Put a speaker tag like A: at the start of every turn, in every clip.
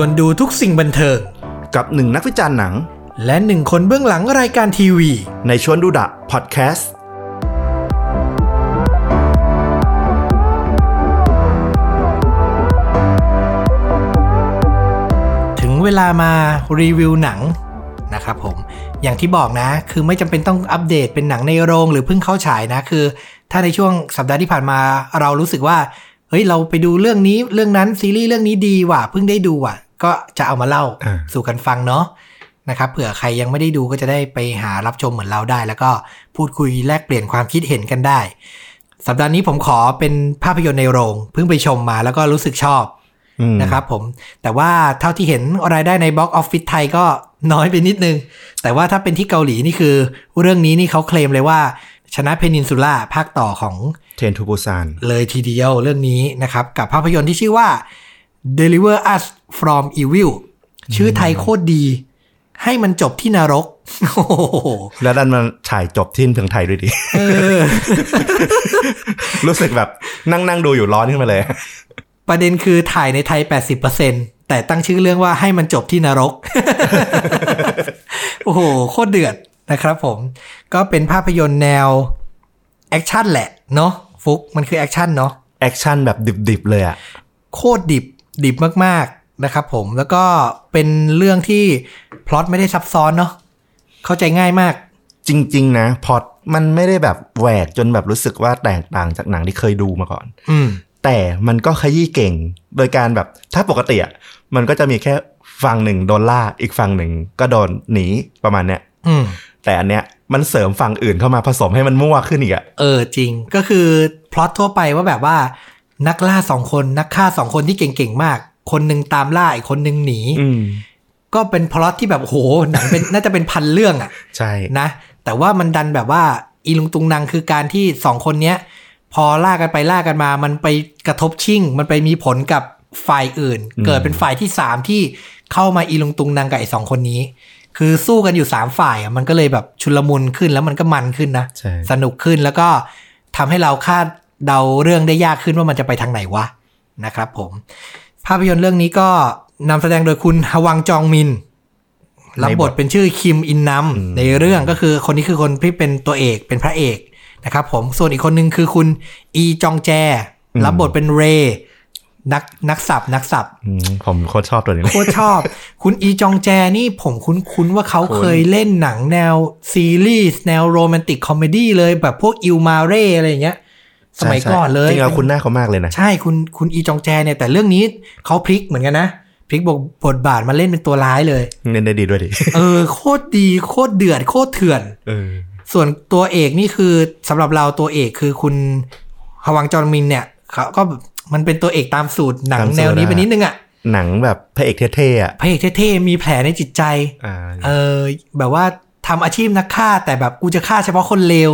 A: วนดูทุกสิ่งบันเทิง
B: กับหนึ่งนักวิจารณ์หนัง
A: และหนึ่งคนเบื้องหลังรายการทีวี
B: ในชวนดูดะพอดแคสต์
A: ถึงเวลามารีวิวหนังนะครับผม อย่างที่บอกนะ คือไม่จำเป็นต้องอัปเดตเป็นหนังในโรงหรือเพิ่งเข้าฉายนะ คือ ถ้าในช่วงสัปดาห์ที่ผ่านมาเรารู้สึกว่า เฮ้ย เราไปดูเรื่องนี้เรื่องนั้นซีรีส์เรื่องนี้ดีว่ะ เพิ่งได้ดูว่ะ ก็จะเอามาเล่าสู่กันฟังเนาะนะครับ เผื่อใครยังไม่ได้ดูก็จะได้ไปหารับชมเหมือนเราได้ แล้วก็พูดคุยแลกเปลี่ยนความคิดเห็นกันได้ สัปดาห์นี้ผมขอเป็นภาพยนตร์ในโรง เพิ่งไปชมมาแล้วก็รู้สึกชอบ
B: อืม
A: นะครับผมแต่ว่าเท่าที่เห็นรายได้ในบล็อกออฟฟิศไทยก็น้อยไปนิดนึง แต่ว่าถ้าเป็นที่เกาหลีนี่คือ เรื่องนี้นี่เขาเคลมเลยว่า ชนะเพนินซูล่าภาคต่อของ
B: เทรนทูบูซาน
A: เลยทีเดียวเรื่องนี้นะครับ กับภาพยนตร์ที่ชื่อว่า Deliver Us from Evil ชื่อไทยโคตรดี ให้มันจบที่นรก โอ้โห
B: แล้วดันมาฉายจบที่เมืองไทยด้วยดิ รู้สึกแบบนั่งนั่งดูอยู่ร้อนขึ้นมาเลย
A: ประเด็นคือถ่ายในไทย 80%แต่ตั้งชื่อเรื่องว่าให้มันจบที่นรก โอ้โห โคตรเดือดนะครับผม ก็เป็นภาพยนตร์แนว แอคชั่นแหละ เนาะฟุกมันคือแอคชั่นเนาะ
B: แอคชั่นแบบดิบๆเลยอ่ะ
A: โคตรดิบดิบมากๆนะครับผมแล้วก็เป็นเรื่องที่พล็อตไม่ได้ซับซ้อนเนาะเข้าใจง่ายมาก
B: จริง ๆ นะพอตมันไม่ได้แบบแหวกจนแบบรู้สึกว่าแตกต่างจากหนังที่เคยดูมาก่อน
A: อืม
B: แต่มันก็ขยี้เก่ง โดยการแบบถ้าปกติอะมันก็จะมีแค่ฝั่งหนึ่งโดนล่าอีกฝั่งหนึ่งก็โดนหนีประมาณเนี้ย
A: อืม
B: แต่อันเนี้ยมันเสริมฝั่งอื่นเข้ามาผสมให้มันมั่วขึ้นอีกอะ
A: เออจริงก็คือพล็อตทั่วไปว่าแบบว่านักล่าสองคนนักฆ่าสองคนที่เก่งๆมาก คนหนึ่งตามล่าอีกคนหนึ่งหนี
B: อืม
A: ก็เป็นพล็อตที่แบบโอ้โห หนังเป็น น่าจะเป็นพันเรื่องอะ
B: ใช่
A: นะ แต่ว่ามันดันแบบว่าอีลุงตุงนางคือการที่สองคนเนี้ย พอล่ากันไปล่ากันมา มันไปกระทบชิ่ง มันไปมีผลกับฝ่ายอื่น เกิดเป็นฝ่ายที่สามที่เข้ามาอีลุงตุงนางกับไอ้สองคนนี้ คือสู้กันอยู่สามฝ่ายอะมันก็เลยแบบชุลมุนขึ้นแล้วมันก็มันขึ้นนะ
B: ใช่
A: สนุกขึ้นแล้วก็ทำให้เราคาดเดาเรื่องได้ยากขึ้นว่ามันจะไปทางไหนวะนะครับผม ภาพยนตร์เรื่องนี้ก็นำแสดงโดยคุณฮวังจองมินรับบทเป็นชื่อคิมอินนัมในเรื่องก็คือคนนี้คือคนที่เป็นตัวเอกเป็นพระเอกนะครับผมส่วนอีกคนนึงคือคุณอีจองแจ รับบทเป็นเรนักนักสับนักสับ
B: อืมผมโคตรชอบตัวนี้เล
A: โค
B: ย
A: ตรชอบ คุณอีจองแจนี่ผมคุ้นๆว่าเขาเคยเล่นหนังแนวซีรีส์แนวโรแมนติกคอมเมดี้เลยแบบพวกอิลมาเร่อะไรอย่างเงี้ย สมัยก่อนเลย
B: ใช่ใช่จริงๆแล้วคุณหน้าเขามากเลยนะ
A: ใช่คุณคุณอีจองแจเนี่ยแต่เรื่องนี้เขาพลิกเหมือนกันนะพลิกบทบทบาทมาเล่นเป็นตัวร้ายเลย
B: เล่นได้ดีด้วยดิ
A: เออ โคตรดีโคตรเดือดโคตรเถื่อน
B: เออ
A: ส่วนตัวเอกนี่คือสำหรับเราตัวเอกคือคุณฮวังจอนมินเนี่ยเขาก็มันเป็นตัวเอกตามสูตรหนังแนวนี้ไปนิดนึงอะ
B: หนังแบบพระเอกเท่ๆอ่ะ
A: พระเอกเท่ๆมีแผลในจิตใจ
B: อ่า
A: เออแบบว่าทำอาชีพนักฆ่าแต่แบบกูจะฆ่าเฉพาะคนเลว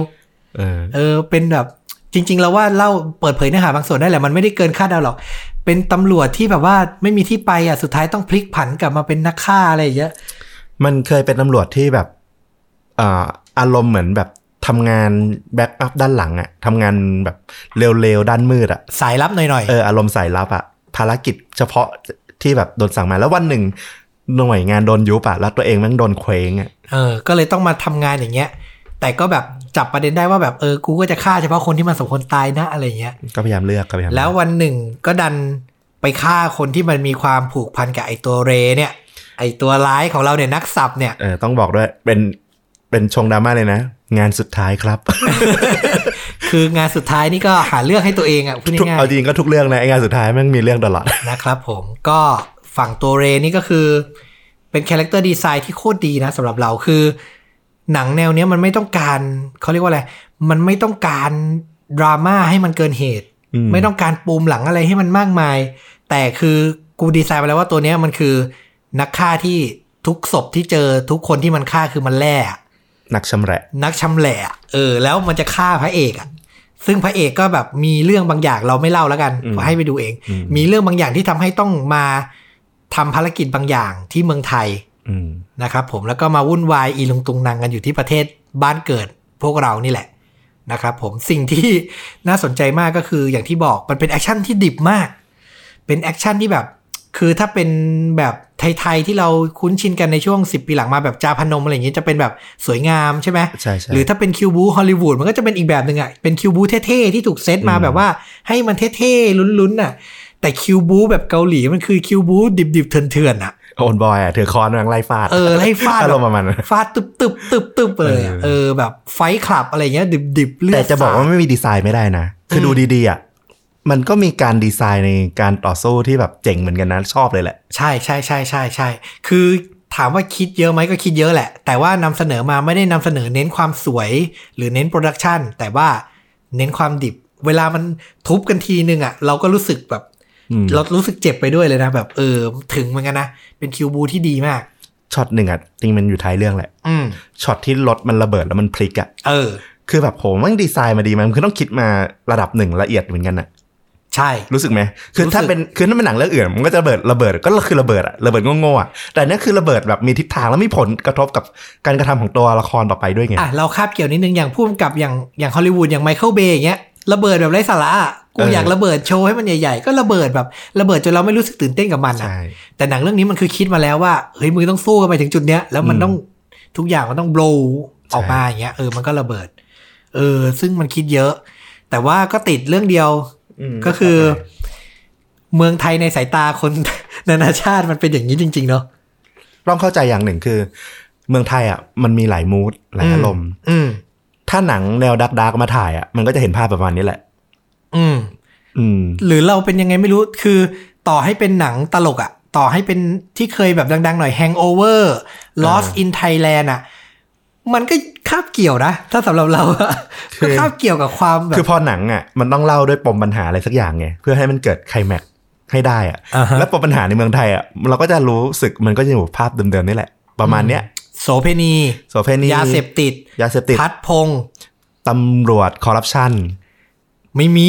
B: เออ
A: เออเป็นแบบจริง ๆ แล้วว่าเล่าเปิดเผยเนื้อหาบางส่วนได้แหละมันไม่ได้เกินคาดเดาหรอก เป็นตำรวจที่แบบว่าไม่มีที่ไปอ่ะสุดท้ายต้องพลิกผันกลับมาเป็นนักฆ่าอะไรอย่างเงี้ย
B: มันเคยเป็นตำรวจที่แบบอ่าอารมณ์เหมือนแบบทำงานแบ็กอัพด้านหลังอ่ะทำงานแบบเร็วๆด้านมืดอ่ะ
A: สายลับหน่อย
B: เอออารมณ์สายลับอะภารกิจเฉพาะที่แบบโดนสั่งมาแล้ววันหนึ่งหน่วยงานโดนยุบอะแล้วตัวเองแมันโดนเคว้งอะ
A: ๆเออก็เลยต้องมาทำงานอย่างเงี้ย แต่ก็แบบจับประเด็นได้ว่าแบบเออกูก็จะฆ่าเฉพาะคนที่มันสมควรตายนะอะไรอย่างเงี้ย
B: ก็พยายามเลือกก็พยายาม
A: แล้ววันหนึ่งก็ดันไปฆ่าคนที่มันมีความผูกพันกับไอตัวเรเนี่ย ไอตัวร้ายของเราเนี่ยนักสับเนี่ย
B: เออต้องบอกด้วยเป็นเป็นชงดราม่าเลยนะ งานสุดท้ายครับ
A: คืองานสุดท้ายนี่ก็หาเรื่องให้ตัวเองอ่ะพูด
B: ทุก
A: ง่าย
B: เอาจริงก็ทุกเรื่องนะไองานสุดท้ายแมันมีเรื่องตลอด
A: ๆนะครับผมก็ฝั่งตัวเรนี่ก็คือ เป็นคาแรคเตอร์ดีไซน์ที่โคตรดีนะสำหรับเราคือ หนังแนวเนี้ยมันไม่ต้องการเขาเรียกว่าอะไร มันไม่ต้องการดราม่าให้มันเกินเหตุ
B: อืม
A: ไม่ต้องการปูมหลังอะไรให้มันมากมาย แต่คือกูดีไซน์ไปแล้วว่าตัวเนี้ยมันคือนักฆ่าที่ทุกศพที่เจอทุกคนที่มันฆ่าคือมันแร่อะ
B: หนักชำแหละ
A: นักชำแหละอะเออ แล้วมันจะฆ่าพระเอกอ่ะ ซึ่งพระเอกก็แบบมีเรื่องบางอย่างเราไม่เล่าแล้วกันให้ไปดูเอง มีเรื่องบางอย่างที่ทำให้ต้องมาทำภารกิจบางอย่างที่เมืองไทย
B: อืม
A: นะครับผมแล้วก็มาวุ่นวายอีลุงตุงนางกันอยู่ที่ประเทศบ้านเกิดพวกเรานี่แหละนะครับผมสิ่งที่ น่าสนใจมากก็คืออย่างที่บอกมันเป็นแอคชั่นที่ดิบมาก เป็นแอคชั่นที่แบบ คือถ้าเป็นแบบไทยๆที่เราคุ้นชินกันในช่วง 10 ปีหลังมาแบบจาพนมอะไรอย่างเงี้ยจะเป็นแบบสวยงามใช่ไหม
B: ใช่ใช่
A: หรือถ้าเป็นคิวบูฮอลลีวูดมันก็จะเป็นอีกแบบหนึ่งอะ่ะ เป็นคิวบูเท่ๆ ที่ถูกเซตมาแบบว่าให้มันเท่ๆ ลุ้นๆน่ะ แต่คิวบูแบบเกาหลีมันคือคิวบูดิบๆ เถื่อนๆอ่ะ
B: โอนบอยอ่ะถือคอนกำลังไล่ฟาด
A: เออไล่ฟาด
B: อารมณ์ประมาณนั้น
A: ฟาดตึบตึบตึบตึบเลยอะ
B: เออ
A: เออแบบไฟท์คลับอะไรเงี้ยดิบๆเลือด
B: แต่จะบอกว่า
A: สด
B: ไม่มีดีไซน์ไม่ได้นะ คืออ
A: ม
B: ดูดีๆอ่ะ มันก็มีการดีไซน์ในการต่อสู้ที่แบบเจ๋งเหมือนกันนะ ชอบเลยแหละ
A: ใช่ใช่ใช่ใช่ใช่คือถามว่าคิดเยอะไหมก็คิดเยอะแหละ แต่ว่านำเสนอมาไม่ได้นำเสนอเน้นความสวย หรือเน้นโปรดักชันแต่ว่าเน้นความดิบ เวลามันทุบกันทีนึงอะ่ะ เราก็รู้สึกแบบ
B: อืม
A: เรารู้สึกเจ็บไปด้วยเลยนะ แบบเออถึงเหมือนกันนะ เป็นคิวบูที่ดีมาก
B: ช็อตหนึ่งอ่ะ จริงมันอยู่ท้ายเรื่องแหละ
A: อืม
B: ช็อตที่รถมันระเบิดแล้วมันพลิกอ่ะ
A: เออ
B: คือแบบโหมันดีไซน์มาดีมันคือต้องคิดมาระดับหนึ่งละเอียดเหมือนกันอ่ะ
A: ใช่
B: รู้สึกไหม คือ
A: รู้สึก
B: ถ้าเป็น คือถ้าเป็นหนังเรื่องอื่น มันก็จะระเบิด ระเบิด ก็คือระเบิดอะระเบิดโง่ๆอะแต่เนี่ยคือระเบิดแบบมีทิศทางแล้วมีผลกระทบกับการกระทำของตัวละครต่อไปด้วยไง
A: อ่ะเราคาบเกี่ยวนิดนึงอย่างพูดกับอย่างอย่างฮอลลีวูดอย่างไมเคิลเบย์อย่างเงี้ยระเบิดแบบไร้สาระอะกู
B: เออ
A: อ
B: อ
A: ยากระเบิดโชว์ให้มันใหญ่ๆ ก็ระเบิดแบบระเบิดจนเราไม่รู้สึกตื่นเต้นกับมันอะ
B: ใช่
A: แต่หนังเรื่องนี้มันคือคิดมาแล้วว่าเฮ้ยมึงต้องสู้กันไปถึงจุดเนี้ยแล้วมัน
B: อืม
A: ต้องทุกอย่างมันต้อง blow
B: ใช่
A: ออกมาอย่างเงี้ยเออมันก็ระเบิด เออ ซึ่งมันคิดเยอะ แต่ว่าก็ติดเรื่องเดียว
B: ม
A: ก็คือ เมืองไทยในสายตาคน นานาชาติมันเป็นอย่างนี้จริง ๆ เนาะ
B: ต้องเข้าใจอย่างหนึ่งคือ เมืองไทยอะมันมีหลายมูดหลายอารมณ์
A: อืม
B: ถ้าหนังแนวดักดาร์กมาถ่ายอะมันก็จะเห็นภาพประมาณนี้แหละ
A: อืม
B: อืม
A: หรือเราเป็นยังไงไม่รู้คือต่อให้เป็นหนังตลกอะต่อให้เป็นที่เคยแบบดัง ๆ หน่อย Hangover Lost in Thailand อะมันก็คาบเกี่ยวนะ ถ้าสำหรับเราอะ
B: คื
A: ก็
B: อ
A: คาบเกี่ยวกับความแบบ
B: คือพอหนังอะมันต้องเล่าด้วยปมปัญหาอะไรสักอย่างไง เพื่อให้มันเกิดไคลแม็กซ์ให้ได้อะ
A: อ่าฮะ
B: แล้วปมปัญหาในเมืองไทยอะเราก็จะรู้สึกมันก็จะอยู่ภาพเดิมๆนี่แหละ ประมาณเนี้ย
A: โสเพณี
B: โสเภณี
A: ยาเสพติด
B: ยาเสพติด
A: พัดพงศ์
B: ตำรวจคอร์รัปชัน
A: ไม่มี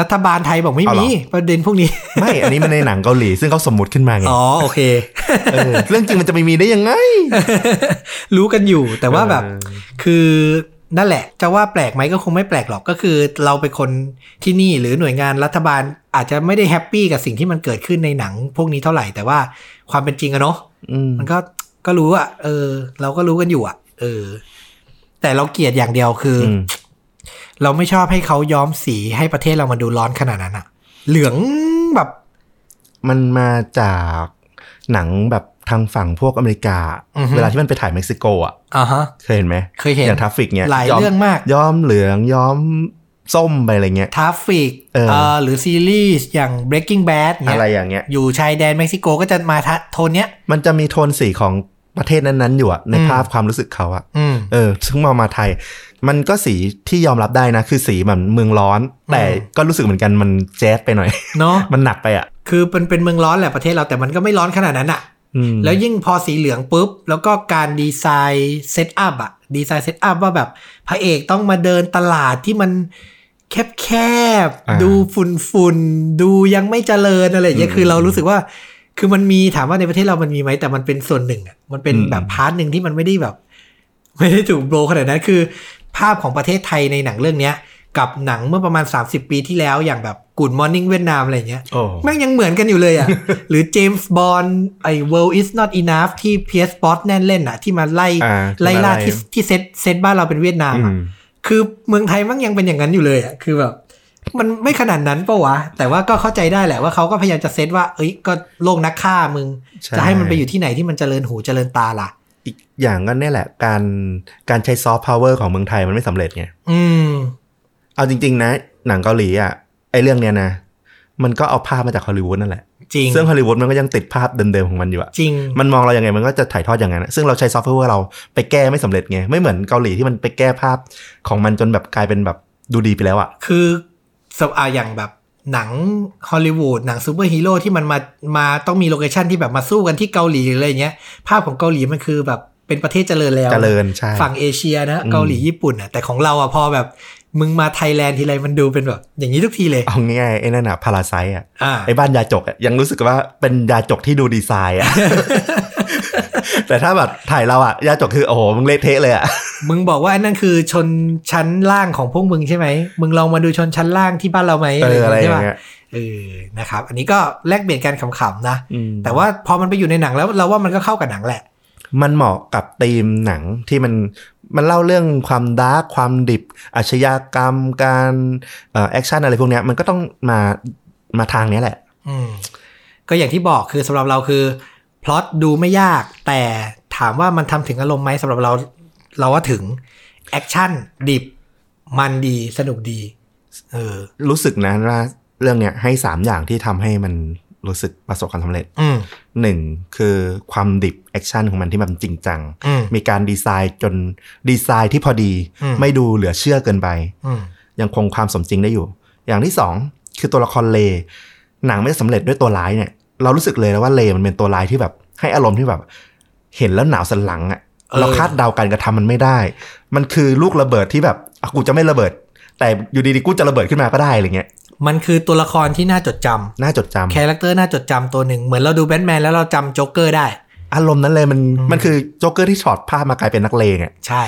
A: รัฐบาลไทยบอกไม่
B: เอาเหร
A: มี
B: อ
A: ประเด็นพวกนี้
B: ไม่ อันนี้มันในหนังเกาหลี ซึ่งเขาสมมติขึ้นมาไง
A: อ๋อ โอเค
B: เออเรื่องจริงมันจะไม่มีได้ยังไง
A: รู้กันอยู่แต่ว่าแบบ
B: เออ
A: คือนั่นแหละ จะว่าแปลกไหมก็คงไม่แปลกหรอกก็คือ เราเป็นคนที่นี่หรือหน่วยงานรัฐบาลอาจจะไม่ได้แฮปปี้กับสิ่งที่มันเกิดขึ้นในหนังพวกนี้เท่าไหร่แต่ว่าความเป็นจริงอะเนาะ
B: อืม
A: มันก็ ก็รู้อะเออ เราก็รู้กันอยู่อะเออ แต่เราเกลียดอย่างเดียวคืออ
B: อืม
A: เราไม่ชอบให้เขาย้อมสีให้ประเทศเรามันดูร้อนขนาดนั้นอะเหลืองแบบ
B: มันมาจากหนังแบบทางฝั่งพวกอเมริกา
A: อือฮึ
B: เวลาที่มันไปถ่ายเม็กซิโกอ่ะ
A: อ่าฮะ
B: เคยเห็นไหม
A: เคยเห็น
B: อย่างทราฟฟิกเนี่ย
A: หลายเรื่องมาก
B: ย้อมเหลืองย้อมส้มไปอะไรเงี้ย
A: ทราฟฟิก
B: เออ
A: เอ่อหรือซีรีส์อย่าง Breaking Bad
B: อะ
A: เนี้
B: ไร
A: ย
B: อย่างเงี้ย
A: อยู่ชายแดนเม็กซิโกก็จะมาทะโทนเนี้ย
B: มันจะมีโทนสีของประเทศนั้นๆ อยู่อะใน
A: อืม
B: ภาพความรู้สึกเขาอะ
A: อืม
B: เออ ซึ่งมามาไทย มันก็สีที่ยอมรับได้นะ คือสีแบบเมืองร้อน แต่
A: อืม
B: ก็รู้สึกเหมือนกันมันแจ๊สไปหน่อย
A: เนาะ
B: มันหนักไปอ่ะ
A: คือเป็นเป็นเมืองร้อนแหละประเทศเราแต่มันก็ไม่ร้อนขนาดนั้นอะ
B: อืม
A: แล้วยิ่งพอสีเหลืองปุ๊บ แล้วก็การดีไซน์เซตอัพอะดีไซน์เซตอัพว่าแบบพระเอกต้องมาเดินตลาดที่มันแคบ
B: า
A: ๆดูฝุ่นฝุ่นๆดูยังไม่เจริญอะไรอย่างเงี้ยคือเรารู้สึกว่า คือมันมีถามว่าในประเทศเรามันมีไหมแต่มันเป็นส่วนหนึ่งอะมันเป็นแบบพาร์ทหนึ่งที่มันไม่ได้แบบ ไม่ได้ถูกโบรขนาดนั้นคือ ภาพของประเทศไทยในหนังเรื่องเนี้ย กับหนังเมื่อประมาณ 30 ปีที่แล้วอย่างแบบกูดมอร์นิ่งเวียดนามอะไรอย่างเงี้ย
B: โอ้
A: แม่งยังเหมือนกันอยู่ เลยอ่ะ หรือเจมส์บอลไอ้ world is not enough ที่ PS b o t แน่นเล่นอ่ะ ที่มาไล่
B: อ่า
A: ไล่ล่าที่
B: อะไร
A: ที่เซตเซตบ้านเราเป็นเวียดนาม
B: อื
A: อะ
B: ม
A: คือเมืองไทยแมันยังเป็นอย่างนั้นอยู่เลยอ่ะ คือแบบ มันไม่ขนาดนั้นปะวะ แต่ว่าก็เข้าใจได้แหละว่าเขาก็พยายามจะเซตว่า เอ้ยก็โลกนักฆ่ามึง จะให้มันไปอยู่ที่ไหนที่มันเจริญหูเจริญตาล่ะ
B: อีกอย่างก็เนี่ยแหละ การการใช้ซอฟต์พาวเวอร์ของเมืองไทยมันไม่สำเร็จไง
A: อืม
B: เอาจริง ๆ นะ หนังเกาหลีอ่ะไอเรื่องเนี้ยนะ มันก็เอาภาพมาจากฮอลลีวูดนั่นแหละ
A: จริง
B: ซึ่งฮอลลีวูดมันก็ยังติดภาพเดิมๆของมันอยู่อะ
A: จริง
B: มันมองเราอย่างไงมันก็จะถ่ายทอดอย่างนั้นอะซึ่งเราใช้ซอฟต์พาวเวอร์เราไปแก้ไม่สำเร็จไง ไม่เหมือนเกาหลีที่มันไปแก้ภาพของมันจนแบบกลายเป็นแบบดูดีไปแล้วอะ
A: คือสำอาอย่างแบบหนังฮอลลีวูดหนังซูเปอร์ฮีโร่ที่มันมามาต้องมีโลเคชันที่แบบมาสู้กันที่เกาหลีหรืออะไรเงี้ย ภาพของเกาหลีมันคือแบบเป็นประเทศเจริญแล้ว
B: เจริญใช่
A: ฝั่งเอเชียนะ
B: อืม
A: เกาหลีญี่ปุ่นอ่ะแต่ของเราอ่ะพอแบบมึงมาไทยแลนด์ทีไรมันดูเป็นแบบ อย่างนี้ทุกทีเลย
B: เอาง่ายๆไอ้นั่นอะพาราไซอะ
A: อ่า
B: ไอ้บ้านยาจกอะยังรู้สึกว่าเป็นยาจกที่ดูดีไซน์อะ แต่ถ้าแบบถ่ายเราอะยาจกคือโอ้โหมึงเละเทะเลยอะ
A: มึงบอกว่าอันนั่นคือชนชั้นล่างของพวกมึงใช่ไหม มึงลองมาดูชนชั้นล่างที่บ้านเราไหม
B: เอออะไรอ
A: ใช่
B: ย่าง
A: ปะ
B: เงี้ย
A: เออนะครับ อันนี้ก็แลกเปลี่ยนกันขำๆนะ
B: อืม
A: แต่ว่าพอมันไปอยู่ในหนังแล้วเราว่ามันก็เข้ากับหนังแหละ
B: มันเหมาะกับธีมหนังที่มันมันเล่าเรื่องความดาร์กความดิบอาชญากรรมการแอคชั่นอะไรพวกเนี้ยมันก็ต้องมามาทางเนี้ยแหละ
A: อืมก็อย่างที่บอกคือสำหรับเราคือพล็อตดูไม่ยาก แต่ถามว่ามันทำถึงอารมณ์ไหมสำหรับเราเราว่าถึงแอคชั่นดิบ มันดีสนุกดี เออ
B: รู้สึกนะว่าเรื่องเนี้ยให้สามอย่างที่ทำให้มันรู้สึกประสบความสำเร็จ
A: อืม
B: หนึ่งคือความดิบแอคชั่นของมันที่มันจริงจัง
A: อืม
B: มีการดีไซน์จนดีไซน์ที่พอดี
A: อืม
B: ไม่ดูเหลือเชื่อเกินไป
A: อืม
B: ยังคงความสมจริงได้อยู่ อย่างที่สองคือตัวละครเล หนังไม่ได้สำเร็จด้วยตัวร้ายเนี่ย เรารู้สึกเลยนะว่าเลมันเป็นตัวร้ายที่แบบ ให้อารมณ์ที่แบบ เห็นแล้วหนาวสันหลังอะเราคาดเดาการกระทำมันไม่ได้ มันคือลูกระเบิดที่แบบอ่ะกูจะไม่ระเบิด แต่อยู่ดีๆกูจะระเบิดขึ้นมาก็ได้อะไรเงี้ย
A: มันคือตัวละครที่น่าจดจำ
B: น่าจดจำ
A: คาแรคเตอร์น่าจดจำตัวหนึ่ง เหมือนเราดูแบทแมนแล้วเราจำโจ๊กเกอร์ได้
B: อารมณ์นั้นเลยมัน
A: อืม
B: มันคือโจ๊กเกอร์ที่ช็อตภาพมากลายเป็นนักเลงอะ
A: ใช่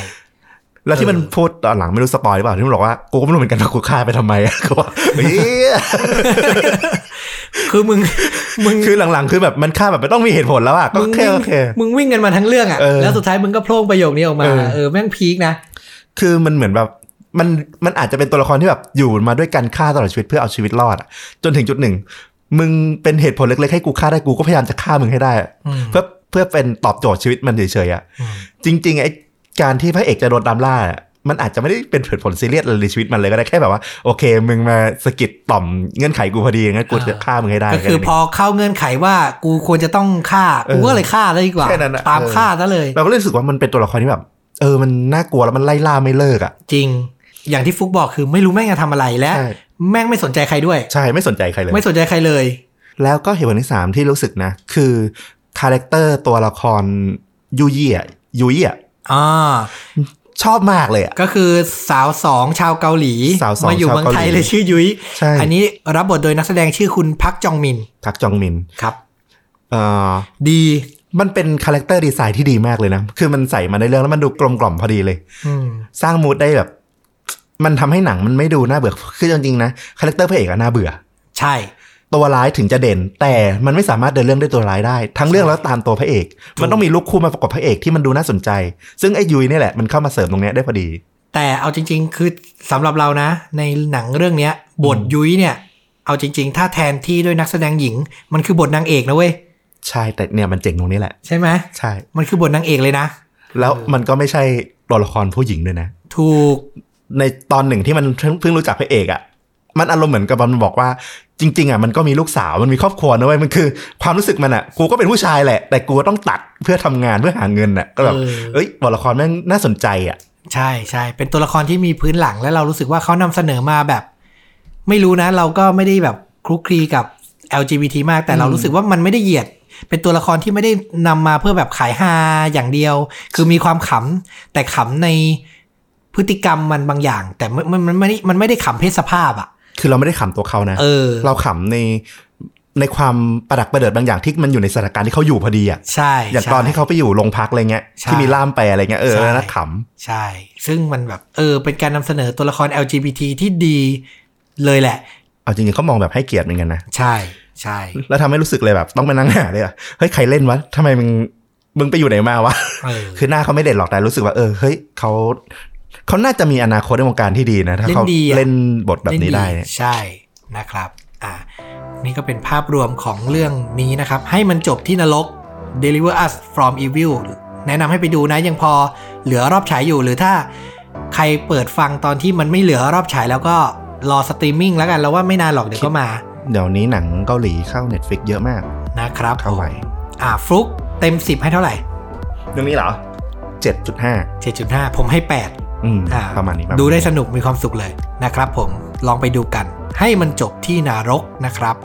B: แล้วที่
A: เออ
B: มันพูดตอนหลังไม่รู้สปอยหรือเปล่าที่มันบอกว่ากูก็ไม่รู้เหมือนกันว่ากูฆ่าไปทำไมอะ ก็ว่าเฮ้ย
A: คือมึง มึง
B: คือหลังๆ คือแบบมันฆ่าแบบไม่ต้องมีเหตุผลแล้วอะก็
A: มึง
B: แค่
A: วิ่ง
B: โอเค
A: มึงวิ่งกันมาทั้งเรื่องอ่ะ
B: เออ
A: แล้วสุดท้ายมึงก็โพล่งประโยคนี้ออกมา
B: เออ
A: เออแม่งพีคนะ
B: คือมันเหมือนแบบมันมันอาจจะเป็นตัวละครที่แบบอยู่มาด้วยกันฆ่าตลอดชีวิตเพื่อเอาชีวิตรอดอะจนถึงจุดหนึ่ง มึงเป็นเหตุผลเล็กๆให้กูฆ่าได้กูก็พยายามจะฆ่ามึงให้ได้อะ
A: อืม
B: เพื่อเพื่อเป็นตอบโจทย์ชีวิตมันเฉยๆอะ
A: อืม
B: จริงๆไอ้การที่พระเอกจะโดนตามล่าอะมันอาจจะไม่ได้เป็นผลผลซีเรียสอะไรในชีวิตมันเลยก็ได้แค่แบบว่าโอเค มึงมาสะกิดต่อมเงื่อนไขกูพอดีงั้นกูจะ
A: อ่า
B: ฆ่ามึงให้ได้
A: ก็คือพ
B: อ
A: อเข้าเงื่อนไขว่ากูควรจะต้องฆ่า
B: เออ
A: กูก็เลยฆ่าเลยดีกว่า
B: แค่นั้นอะ
A: ตาม
B: เออ
A: ฆ่าซะเลย
B: เราก็เลยรู้สึกว่ามันเป็นตัวละครที่แบบ เออมันน่ากลัวแล้วมันไล่ล่าไม่เลิกอ่ะ
A: จริง อย่างที่ฟุกบอกคือไม่รู้แม่งจะทำอะไรและ
B: ใช่
A: แม่งไม่สนใจใครด้วย
B: ใช่ไม่สนใจใครเลย
A: ไม่สนใจใครเลย
B: แล้วก็เหตุผลที่สามที่รู้สึกนะ คือคาแรคเตอร์ตัวละครยูยี่อะยูยี่อะ
A: อ่า
B: ชอบมากเลยอ่ะ
A: ก็คือสาวสองชาวเกาหลี
B: สาวสอง
A: มาอยู่เมืองไทย
B: ชาวเกาหลี
A: เลยชื่อยุ้ย
B: ใช่
A: อันนี้รับบทโดยนักแสดงชื่อคุณพักจองมิน
B: ทักจองมิน
A: ครับ
B: เอ่อ
A: ดี
B: มันเป็นคาแรคเตอร์ดีไซน์ที่ดีมากเลยนะ คือมันใส่มาในเรื่องแล้วมันดูกลมกล่อมพอดีเลย
A: อืม
B: สร้างมูดได้แบบ มันทำให้หนังมันไม่ดูน่าเบื่อ คือจริงๆนะ คาแรคเตอร์พระเอกอะน่าเบื่อ
A: ใช่
B: ตัวร้ายถึงจะเด่น แต่มันไม่สามารถเดินเรื่องด้วยตัวร้ายได้ ทั้งเรื่องแล้วตามตัวพระเอก มันต้องมีลูกคู่มาประกอบพระเอกที่มันดูน่าสนใจ ซึ่งไอ้ยุยเนี่ยแหละมันเข้ามาเสริมตรงเนี้ยได้พอดี
A: แต่เอาจริง ๆ คือสำหรับเรานะ ในหนังเรื่องเนี้ย บทยุ้ยเนี่ย เอาจริง ๆ ถ้าแทนที่ด้วยนักแสดงหญิง มันคือบทนางเอกนะเว้ย
B: ใช่ แต่เนี่ยมันเจ๋งตรงนี้แหละ
A: ใช่ไหม
B: ใช่
A: มันคือบทนางเอกเลยนะ
B: แล้วมันก็ไม่ใช่ตัวละครผู้หญิงด้วยนะ
A: ถูก
B: ในตอนหนึ่งที่มันเพิ่งเพิ่งรู้จักพระเอกอะ่ะ มันอารมณ์เหมือนกับมันบอกว่าจริง ๆอ่ะมันก็มีลูกสาวมันมีครอบครัวนะเว้ยมันคือความรู้สึกมันอะ่ะกูก็เป็นผู้ชายแหละ แต่กูก็ต้องตัดเพื่อทำงานเพื่อหาเงินอะ่ะก็แบบ
A: เออ
B: เอ้ยบทละครแม่งน่าสนใจอะ่ะ
A: ใช่ใช่เป็นตัวละครที่มีพื้นหลังและเรารู้สึกว่าเขานำเสนอมาแบบ ไม่รู้นะ เราก็ไม่ได้แบบคลุกคลีกับ LGBT มากแต่เรารู้สึกว่ามันไม่ได้เหยียด เป็นตัวละครที่ไม่ได้นำมาเพื่อแบบขายฮาอย่างเดียว คือมีความขำแต่ขำในพฤติกรรมมันบางอย่าง แต่มันมันมันไม่ได้มันไม่ได้ขำเพศสภาพอ่ะ
B: คือเราไม่ได้ขำตัวเขานะ
A: เออ
B: เราขำในในความประดักประเดิดบางอย่างที่มันอยู่ในสถานการณ์ที่เขาอยู่พอดีอะ่ะ
A: ใช่
B: อย่าง
A: ใช่
B: ตอนที่เขาไปอยู่โรงพักอะไรเงี้ย
A: ใช่
B: ที่มีล่ามแปลอะไรเงี้ยเออ
A: ใช่
B: น่าข
A: ใช่ ซึ่งมันแบบ เออ เป็นการนำเสนอตัวละคร LGBT ที่ดีเลยแหละ
B: ำเอาจริงๆเขามองแบบให้เกียรติเหมือนกันนะ
A: ใช่ใช่
B: แล้วทำให้รู้สึกเลยแบบต้องไปนั่งหาเลยอ่ะเฮ้ยใครเล่นวะทำไมมึงมึงไปอยู่ไหนมาวะ
A: เออ
B: คือหน้าเขาไม่เด่นหรอกแต่รู้สึกว่าเออเฮ้ยเขาเขาน่าจะมีอนาคตในวงการที่ดีนะ ถ้าเขา
A: เล่นดีอะ
B: เล่นบทแบบนี้ได้เนี่ย
A: ใช่นะครับ อ่า นี่ก็เป็นภาพรวมของเรื่องนี้นะครับ ให้มันจบที่นรก Deliver Us from Evil แนะนำให้ไปดูนะยังพอเหลือรอบฉายอยู่หรือถ้าใครเปิดฟังตอนที่มันไม่เหลือรอบฉายแล้วก็รอสตรีมมิ่งแล้วกัน แล้วว่าไม่นานหรอกเดี๋ยวก็มา
B: เดี๋ยวนี้หนังเกาหลีเข้า Netflix เยอะมาก
A: นะครับ
B: เข้าไป
A: อ่าฟลุกเต็ม 10 ให้เท่าไหร่
B: เรื่องนี้เหรอเจ็ดจุดห้า
A: 7.5 ผมให้ 8
B: อืม
A: อ่
B: ประมาณนี้
A: ดูได้สนุกมีความสุขเลยนะครับผมลองไปดูกัน ให้มันจบที่นารกนะครับ